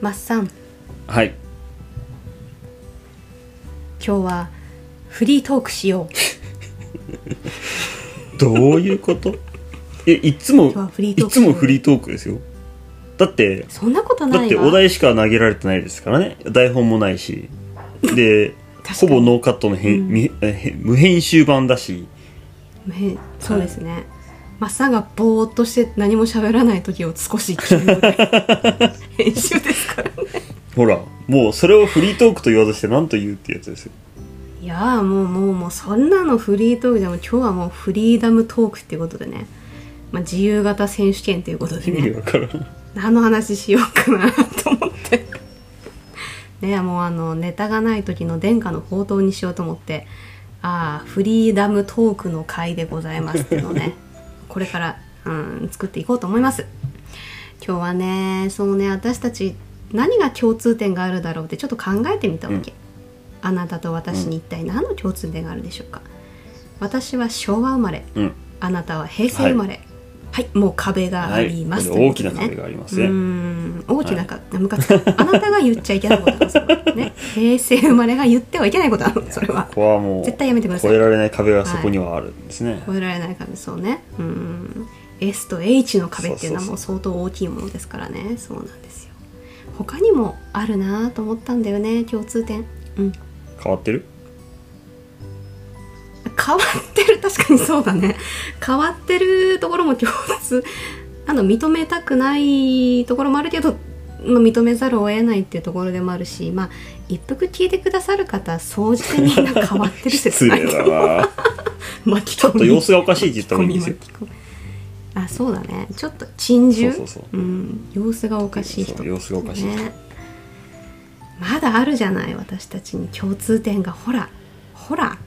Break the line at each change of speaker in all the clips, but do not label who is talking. マッサン
はい
今日はフリートークしよう
どういうこと えいつも
日はフリートー
い
ク
つもフリートークですよだって
そんなこと
だ
な
っ
い
て
わ
お題しか投げられてないですからね台本もないしで
確か
ほ
に
ぼノーカットの編、
うん
みえへ無編集版だし
ねそうですね、マッサンがぼーっとして何も喋らない時を少し切 るので編集ですからね
ほらもうそれをフリートークと言わずして何と言うってやつですよ
いやーもうもうもうそんなのフリートークじゃもう今日はもうフリーダムトークっていうことでね、まあ、自由形選手権ということで
意味
ね
わからん
何の話しようかなと思ってねもうあのネタがない時の殿下の宝刀にしようと思ってああフリーダムトークの回でございますっていうのをね これから、うん、作っていこうと思います今日はねそのね私たち何が共通点があるだろうってちょっと考えてみたわけ、あなたと私に一体何の共通点があるでしょうか私は昭和生まれ
うん
あなたは平成生まれはい、もう壁があります、
はい
ということで
大きな壁がありますね
うーん大きなか、ムカつくあなたが言っちゃいけないことなのそれはね平成生まれが言ってはいけないことなのそれは
ここはもう
絶対やめてください
越えられない壁がそこにはあるんですね、
超えられない壁そうねうーん S と H の壁っていうのはもう相当大きいものですからねそうなんですよ他にもあるなぁと思ったんだよね共通点うん
変わってる
変わってる確かにそうだね変わってるところも共通あの認めたくないところもあるけど、まあ、認めざるを得ないっていうところでもあるしまあ一服聞いてくださる方総じてみんな変わってる説
失
ない
礼だ な
巻き込
ちょっと様子がおかしいって言った方がい いですよ
巻き込み巻き込みあそうだねちょっと珍獣、
そうそうそうん
様子がおかしい人
そう様子がおかしい人
ねまだあるじゃない私たちに共通点がほらほら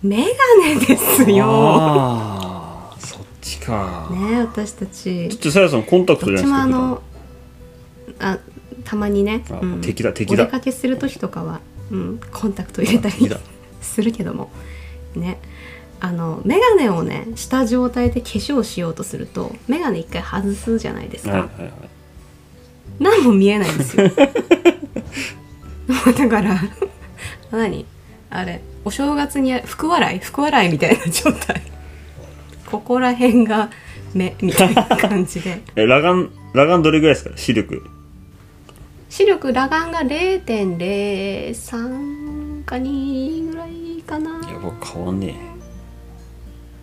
メガネですよ
あーそっちか、
ね私たち
ちょっとさやさんコンタクト
どっ
じゃ
ちもあ
ないですか
のあたまにね、
あ
うん
敵だ敵だ
お出かけする時とかは、うん、コンタクト入れた
あ敵
り
だ
するけどもねあの眼鏡をねした状態で化粧しようとすると眼鏡一回外すじゃないです
普
か、
段はいはいはい
何も見えないんですよもうだから何あれお正月に福笑い福笑いみたいな状態ここら辺が目みたいな感じで
え裸眼裸眼どれぐらいですか視力
視力裸眼が0.03か2ぐらいかな
やば変わんねえ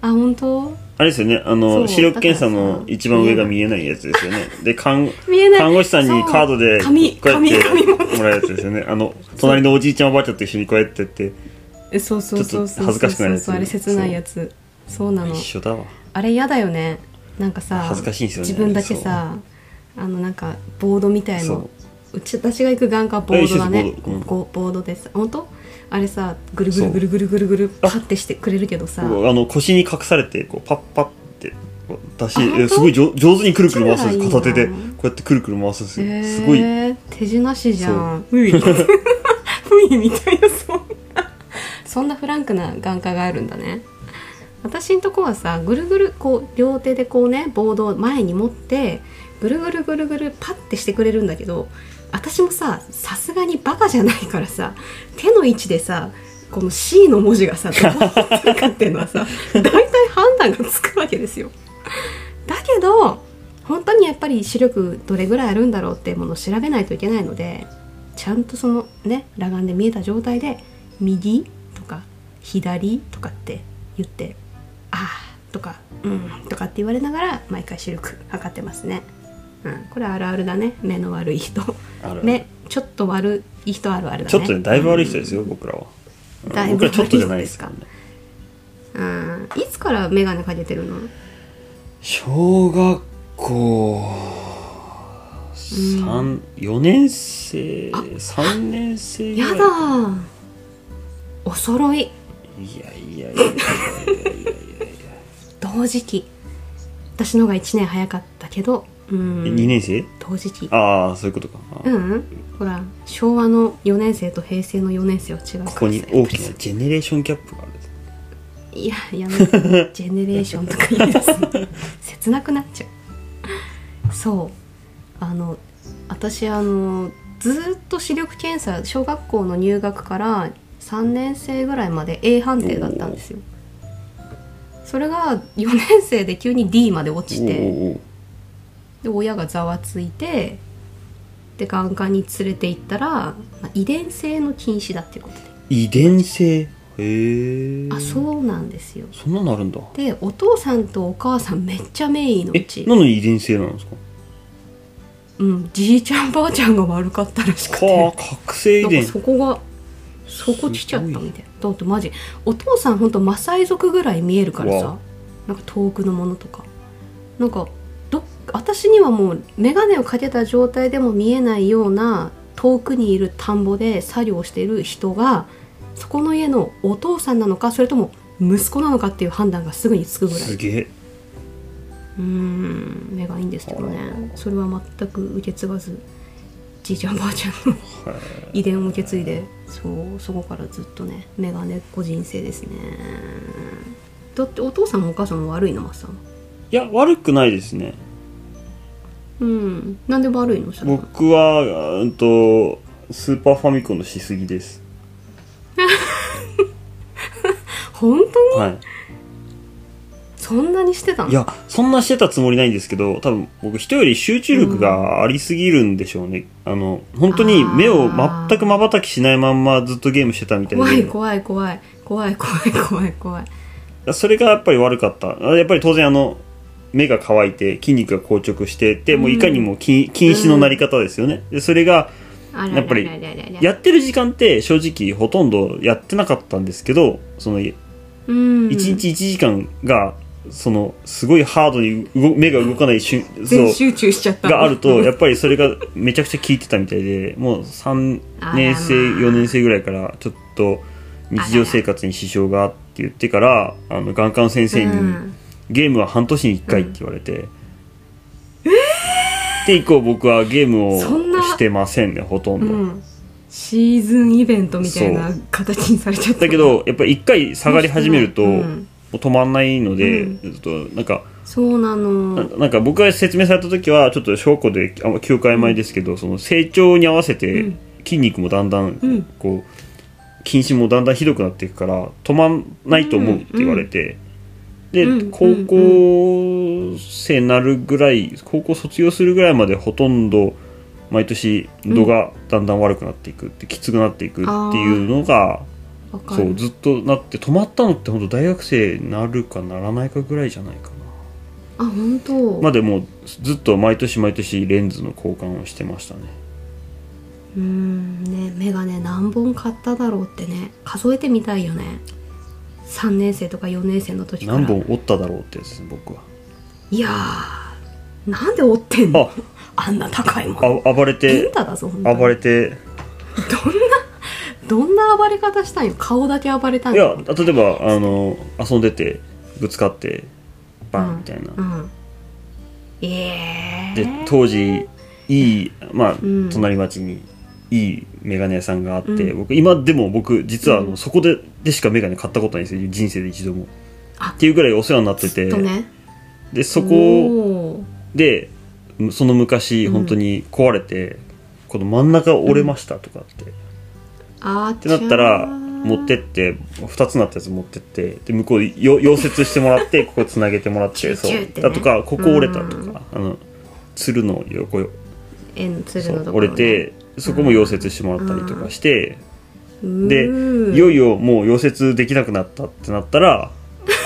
あ本当
あれですよねあ
そう
の視力検査
だから
の
さ
一番上が見えないやつですよねで看
見えない
看護師さんにカードで
そう紙
こうやっ
紙
て
紙持って
もらうやつですよねあの隣のおじいちゃんおばあちゃんと一緒にこうやってやって
えそうそうそうそう
ちょっと恥ずかしくなるやつ
そうそうそうあれ切ないやつそうなの
一緒だわ
あれ嫌だよねなんかさ
恥ずかしいんですよね
自分だけさあのなんかボードみたい
そう
のうち私が行く眼科はボードだ
え
ね
一緒ですボードうん
こうボードでさ本当あれさぐるぐるぐるぐるぐるぐるパッてしてくれるけどさ
あの腰に隠されてこうパッパッってこう出し
あ本当
えすごい上上手にくるくる回すんで
そっち
す片
の方が
手
いい
で
な
こうやってくるくる回すんですよ、
えー
すごい
手品師じゃんふいふいみたいなそんなそんなフランクな眼科があるんだね私んとこはさぐるぐるこう両手でこうねボードを前に持ってぐるぐるぐるぐるパッてしてくれるんだけど私もささすがにバカじゃないからさ手の位置でさこの C の文字がさどうなってるかっていうのはさ大体判断がつくわけですよだけど本当にやっぱり視力どれぐらいあるんだろうっていうものを調べないといけないのでちゃんとそのね裸眼で見えた状態で「右」とか「左」とかって言って「ああ」とか「うん」とかって言われながら毎回視力測ってますね。うん、これあるあるだね目の悪い人
あるある
目ちょっと悪い人あるあるだね
ちょっとねだいぶ悪い人ですよ、僕らは
だいぶ
僕らちょっとじゃないですからね
うん、いつから眼鏡かけてるの
小学校三4年生3年生ぐ
や
らい
だーお揃い
いやいやいやいや
同時期私の方が1年早かったけどうん
2年生
同時期
ああそういうことか、あー
うんうんほら昭和の4年生と平成の4年生は違うから
ここに大きなジェネレーションギャップがある
いややめて ジェネレーションとか言い出すの切なくなっちゃうそうあの私あのずーっと視力検査小学校の入学から3年生ぐらいまで A 判定だったんですよそれが4年生で急に D まで落ちて
おう
で親がざわついてで眼科に連れて行ったら、まあ遺伝性の禁止だっていうことで
遺伝性へえ
あそうなんですよ
そんなのあるんだ
でお父さんとお母さんめっちゃ名医のう
え
ち
な、のに遺伝性なんですか
うん、じいちゃんばあちゃんが悪かったらしく
はあ
て
覚醒
な
遺
んか
伝
そこがそこ来ちゃったみたいなだってマジお父さんほんとマサイ族ぐらい見えるから
わ
さなんか遠くのものとかなんかどっ私にはもう眼鏡をかけた状態でも見えないような遠くにいる田んぼで作業している人がそこの家のお父さんなのかそれとも息子なのかっていう判断がすぐにつくぐらい
すげえ
うーん目がいいんですけどねそれは全く受け継がずじいちゃんばあちゃんの遺伝を受け継いでそうそこからずっとね眼鏡っ子人生ですねだってお父さんもお母さんも悪いのマスさん
いや悪くないですね
うんなんで悪いのさ
僕はうんとスーパーファミコンのしすぎです
本当に
は
そんなにしてた
いい
の
やそんなしてたつもりないんですけど多分僕人より集中力がありすぎるんでしょうね、あの本当に目を
あー
全くまばたきしないまんまずっとゲームしてたみたいで
怖い怖い怖い怖い怖い怖い怖い
それがやっぱり悪かったあやっぱり当然あの目が乾いて筋肉が硬直してでもういかにも禁禁止のなり方ですよね、でそれが
あら
やっぱり
ららららら
やってる時間って正直ほとんどやってなかったんですけどその1
うん
日1時間がそのすごいハードに動目が動かない瞬
全
そう
集中しちゃった
があ るとやっぱりそれがめちゃくちゃ効いてたみたいでもう3年生
あらまあ
4年生ぐらいからちょっと日常生活に支障があって言ってからあの眼科の先生に、
うん
ゲームは半年に1回って言われて、で以降僕はゲームを
そんな
してませんねほとんど、
うん、シーズンイベントみたいな
そ
形にされちゃった
だけどやっぱり1回下がり始めると、
うん
もう止まんないので、
う
ずっとなんか
そうな
な
の
なんか僕が説明された時はちょっと証拠であんま記憶曖昧ですけど、その成長に合わせ
う
て
ん
筋肉もだんだん
うん
こう筋腫もだんだんひどくなっていくから止まんないと思うって言われて、
うん
で
うん
高校生になるぐらい高校卒業するぐらいまでほとんど毎年度がだんだん悪くなっていくってきつくなっていくっていうのが
わか
そう
る
ずっとなって止まったのって本当大学生になるかならないかぐらいじゃないか
あ
な。
本当、
までもうずっと毎年毎年レンズの交換をしてましたね
うーんねメガネ何本買っただろうってね数えてみたいよね3年生とか4年生の時から
何本折っただろうってやつです僕はい
やーなんで折ってんのあんな高いもん
あ暴れ
レ
て
ンタだぞ本当に
暴れて
どんな暴れ方したんよ顔だけ暴れたん
いや
よ
例えばあの遊んでてぶつかってバンみたいな、
うんええー、
で当時いいまあ、
うん
隣町にいいメガネ屋さんがあって、
う
僕今でも僕実はあの、
うん
そこででしかメガネ買ったことないんですよ人生で一度も
あ
っていうぐらいお世話になって
ず
て
っとね
でそこを
こ
でその昔
うん
本当に壊れて、この真ん中折れましたとかって、っ
あーって
なったら持ってって2つになったやつ持ってってで向こうでよ溶接してもらって ここつなげてもらって
チューチューってね
そうだとかここ折れたとか、あのつるの横よ、
円つるのと
そう
ころ
折
ね
れてそこも溶接してもらったりとかして、
うーん
でいよいよもう溶接できなくなったってなったら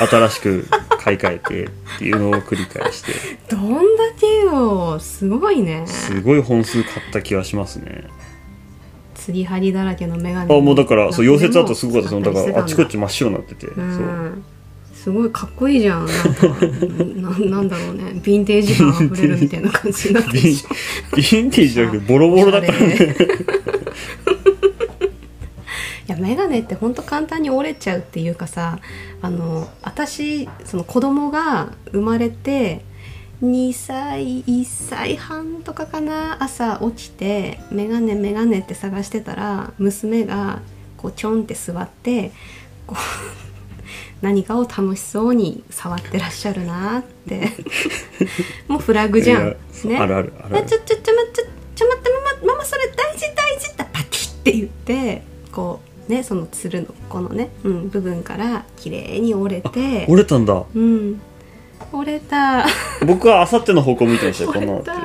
新しく買い替えてっていうのを繰り返して
どんだけよすごいね
すごい本数買った気はしますね。
継ぎはぎだらけのメガネ
あもうだからそう
何
溶
でも
接だとすごかったそのだか
使
らあ
り
ち
してたん
こ
だ
ち真っ白になってて、
う
そうん
すごいかっこいいじゃんなんかなな んだろうねヴィンテージ感あふれるみたいな感じになって
ビン
る
ビンテージじゃなくてボロボロだ か
お
ら
しゃれ
ね
いやメガネってほんと簡単に折れちゃうっていうかさあの私その子供が生まれて2歳1歳半とかかな朝起きて「メガネメガネ」って探してたら娘がこうちょんって座ってこう 何かを楽しそうに触ってらっしゃるなって もうフラグじゃん
いやあるあるあるある
えちょちょちょまちょちょ待ってママママそれ大事大事だパティって言ってこうねそのつるのこのね、うん、部分から綺麗に折れて
折れたんだ
うん折れた
僕はあさっての方向見てまし たよこ
折
んな
れ
のって
た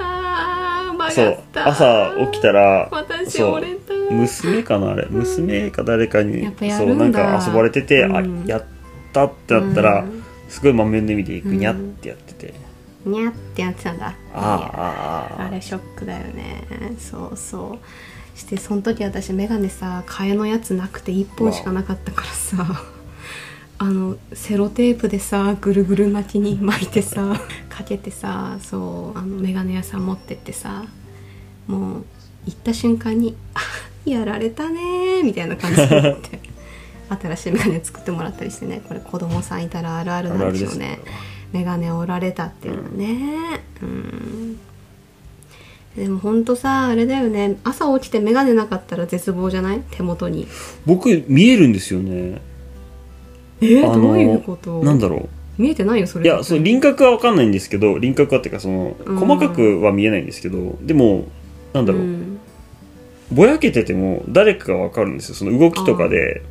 あー曲
そ
が
う
った
朝起きたら
私
そう
折れた
娘かなあれ娘か誰かに
やっぱや
そ
る
うんな
だ
んか遊ばれてて、
うん
あやったってなったら、
うん
すごい満面で見ていく
うん
にゃってやってて、
にゃってやってたんだ
あああ
あ
ああ
れショックだよねそうそうしてその時私メガネさ替えのやつなくて1本しかなかったからさあのセロテープでさぐるぐる巻きに巻いてさかけてさそうあのメガネ屋さん持ってってさもう行った瞬間に「あやられたねー」みたいな感じになって 新しいメガネ作ってもらったりしてねこれ子供さんいたらあるあるなんでしょう
あるあ
ね
るで
メガネ折られたっていうのはねうんでもほんとさあれだよね朝起きてメガネなかったら絶望じゃない手元に
僕見えるんですよね
えーどういうこと
なんだろ
見えてないよそうれ
いやその輪郭は分かんないんですけど輪郭はっていうかその
うん
細かくは見えないんですけどでもなんだろう、
ん
ぼやけてても誰かが分かるんですよその動きとかで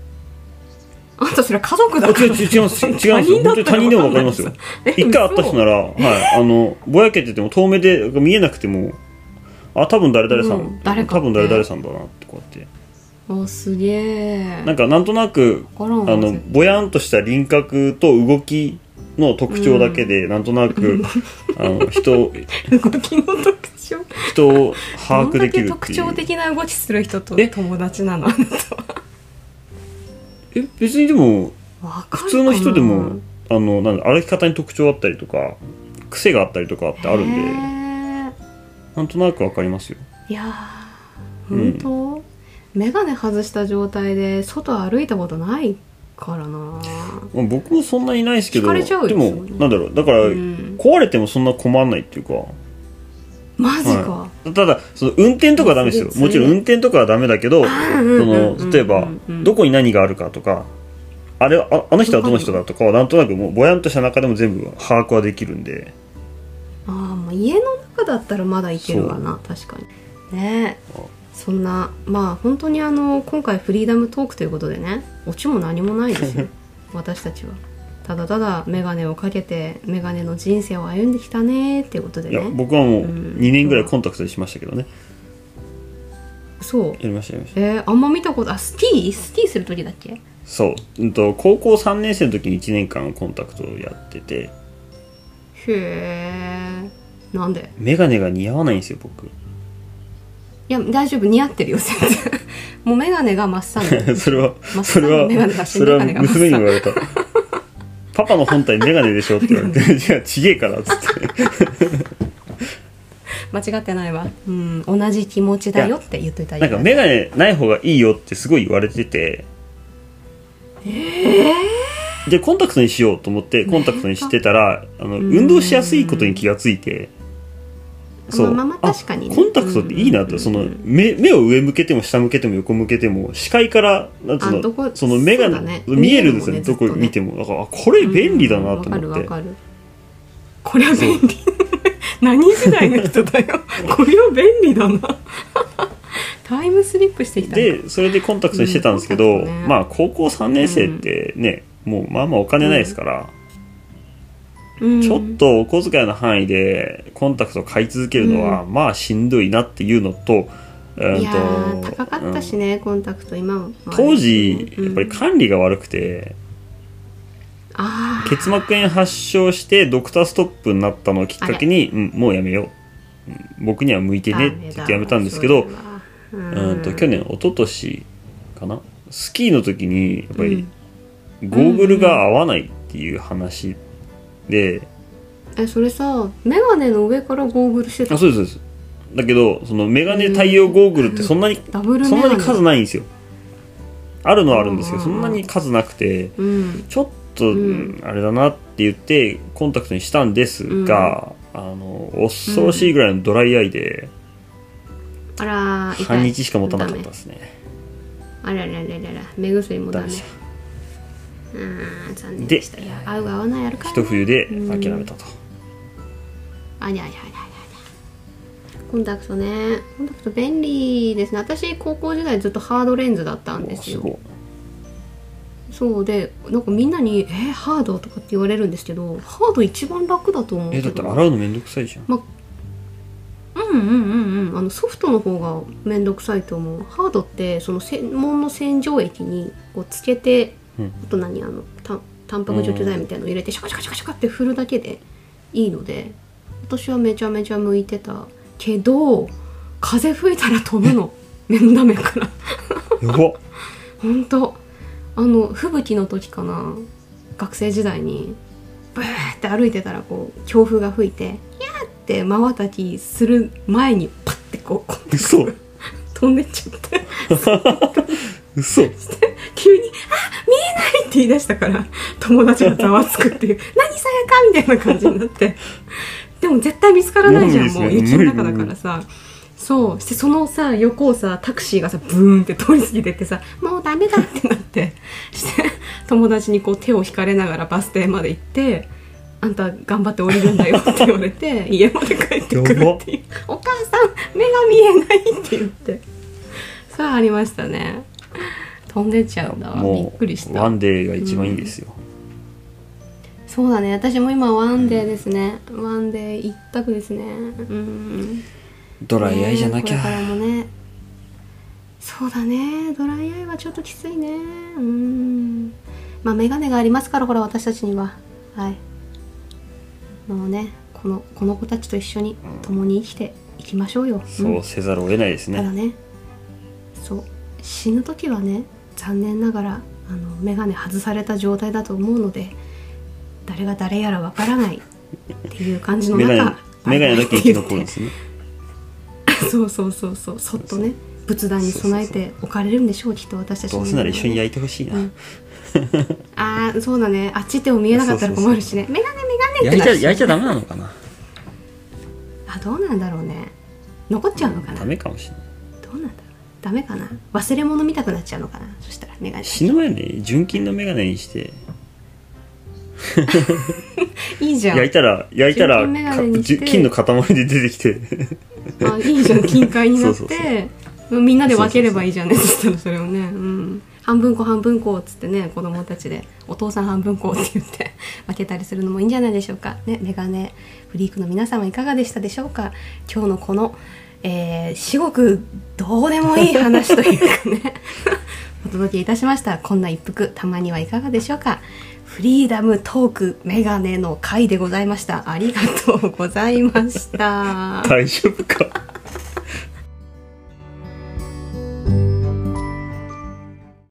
あんたそれ家族
あ
だか
違う違
ら
う違うん ですよ違うんですよ本当に他人でも分かりますよ一回会った人な
ら
ら、はい、あのぼやけてても遠目で見えなくてもあ多分誰々さん、
うん誰かって
多分誰々さんだなってこうやって
おすげえ
なんかなんとなく
あ
あのぼやんとした輪郭と動きの特徴だけで、なんとなく あの人
動きの特徴
人を把握できる
どんだ
っ
け特
てい
徴
う
的な動きする人と
え
友達なのあんたは
え別にでも
わかるかな
普通の人でもあのなんだ歩き方に特徴あったりとか癖があったりとかってあるん
へ
で
ー
なんとなくわかりますよ
いや
うん
ー本当、メガネ外した状態で外歩いたことないからな
まあ僕もそんなにないですけ
惹
ど
かれちゃうよ
で
そ
も
うね
なんだろうだから、
うん
壊れてもそんな困んないっていうか、
マジか
は、い、ただその運転とかはダメですよ
すげえ
もちろん運転とかはダメだけどそ
んうんうん
の例えば
うんうん
どこに何があるかとかあれはああの人はどの人だとかはなんとなくもうぼやんとした中でも全部把握はできるんで
あーまあ家の中だったらまだいけるわな確かにねえそんなまあ本当にあの今回フリーダムトークということでねオチも何もないです よ私たちはただただメガネをかけてメガネの人生を歩んできたねーっていうことで
いや
ね
僕はもう
うん
2年ぐらいコンタクトにしましたけどね
そう
やりましたやりました
えー、あんま見たことあスキースキーする時だっけ
そう、うん、と高校3年生の時に1年間コンタクトをやってて
へえなんで
眼鏡が似合わないんですよ僕
いや大丈夫似合ってるよ全然もう眼鏡が真っ青な
それは
真っ
そ
青
れ
な
は
眼鏡だし
それは
眼鏡が
娘に
真っ
言
青
わ れた「パパの本体眼鏡でしょ」って言われて「いやちげえから」っつって
間違ってないわうん同じ気持ちだよって言っといたら
なん
いい
か
よ
眼鏡ない方がいいよってすごい言われててでコンタクトにしようと思ってコンタクトにしてたらあの
ん
運動しやすいことに気がついてそう
まあまあ
あ
確かにね
コンタクトっていいなってその目目を上向けても下向けても横向けても視界からなんつう
あどこ
のその眼
そうだ
鏡、
ね
見えるんですよね
見える
ど
もんね
こ見てもだからあこれ便利だなと思
うん
っ
わかる
て
わかるこれは便利 何時代の人だ よこれは便利だな タイムスリップしてきたね
でそれでコンタクトにしてたんですけど、
うんコンタクトね
まあ高校3年生ってね、もうまあまあお金ないですか
う
ら、
ん
ちょっとお小遣いの範囲でコンタクトを買い続けるのは、まあしんどいなっていうのと,、うんと
いやー高かったし
うん
ね、コンタクト今も
当時
うん
やっぱり管理が悪くて、
あ
結膜炎発症してドクターストップになったのをきっかけに、うん、もうやめよう、うん僕には向いて
ー
ねって言ってやめたんですけど、
ダメだわ
うんと去年一昨年かなスキーの時にやっぱ
う
り
ん
ゴーグルが合わないっていう話で、
えそれさメガネの上からゴーグルしてた
あそうですそうですだけどそのメガネ対応ゴーグルってそんなに、
ダブルメ
そん
ガ
な
ネ
に数ないんですよあるのはあるんですけ
う
どそ
んうん
んなに数なくて
うん
ちょっと、
ん
あれだなって言ってコンタクトにしたんですが、あの恐ろしいぐらいのドライアイで
あら痛い
半日しか持たなかったですね、
あららららら目薬もダメ
ダメでし
うん残念でしたいや合う合わないあるから、
一
ね、
冬で諦めたと、
あにゃあにゃあにゃあにゃあにゃコンタクトねコンタクト便利ですね私高校時代ずっとハードレンズだったんです
す
よ
ごい
そうでなんかみんなに「えハード?」とかって言われるんですけどハード一番楽だと思うけ
え
ど
だって洗うのめんどくさいじゃん
うんうんうんうんあのソフトの方がめんどくさいと思うハードってその専門の洗浄液にこうつけて、
うん
あと何あのたタンパク除去剤みたいの入れてシャカシャカシャカシャカって振るだけでいいので私はめちゃめちゃ向いてたけど風吹いたら飛ぶ の面の面から
やばっ
本当あの吹雪の時かな学生時代にブーって歩いてたらこう強風が吹いて「ひゃー!」ってまばたきする前にパッてこうこう
嘘
飛んでっちゃって
嘘
急に「あ見えない!」って言い出したから友達がざわつくって いう「何さやか!」みたいな感じになってでも絶対見つからないじゃんも
無
う
理です
雪
ね
の中だからさそうしてそのさ横をさタクシーがさブーンって通り過ぎてってさ「もうダメだ!」ってなってして友達にこう手を引かれながらバス停まで行って「あんた頑張って降りるんだよ」って言われて家まで帰ってくるっていう「お母さん目が見えない」って言ってそうありましたね飛んでっちゃうんだわびっ
も
くりし
う
た
ワンデーが一番いいですよ、
そうだね私も今ワンデーですね、ワンデー一択ですねうん
ドライアイじゃなきゃ、
ねこれからもねそうだねドライアイはちょっときついねうんまあ眼鏡がありますからほら私たちにははいもうねこのこの子たちと一緒に共に生きていきましょうよ、ん
そうせざるを得ないですね、
ただねそう死ぬ時はね残念ながらあの眼鏡外された状態だと思うので誰が誰やらわからないっていう感じの
メ
中
ガネメガネだけ生き残るん
る
ですね
そうそうそうそうそっとね仏壇に備えておかれるんでしょうきっと私たち
ど
の
うせなら一緒に焼いてほしいな、
うんああそうだねあっち手を見えなかったら困るしね眼鏡眼鏡ってなるし
いちゃダメなのかな
あどうなんだろうね残っちゃうのかな
ダメかもしれない
どうなんだろうダメかな忘れ物見たくなっちゃうのかなそしたら眼鏡
死ぬ前に純金のメガネにして
いいじゃん
焼いたら焼いたら
純金メガネにして
か金の塊で出てきて
あいいじゃん金塊になって
そうそう
みんなで分ければいいじゃんねそしたらそれをね、うん、半分こ半分こっつってね子供たちで「お父さん半分こ」って言って 分けたりするのもいいんじゃないでしょうかねメガネフリークの皆様いかがでしたでしょうか今日のこの、えー、至極どうでもいい話というかね お届けいたしましたこんな一服たまにはいかがでしょうかフリーダムトークメガネの回でございましたありがとうございました
大丈夫か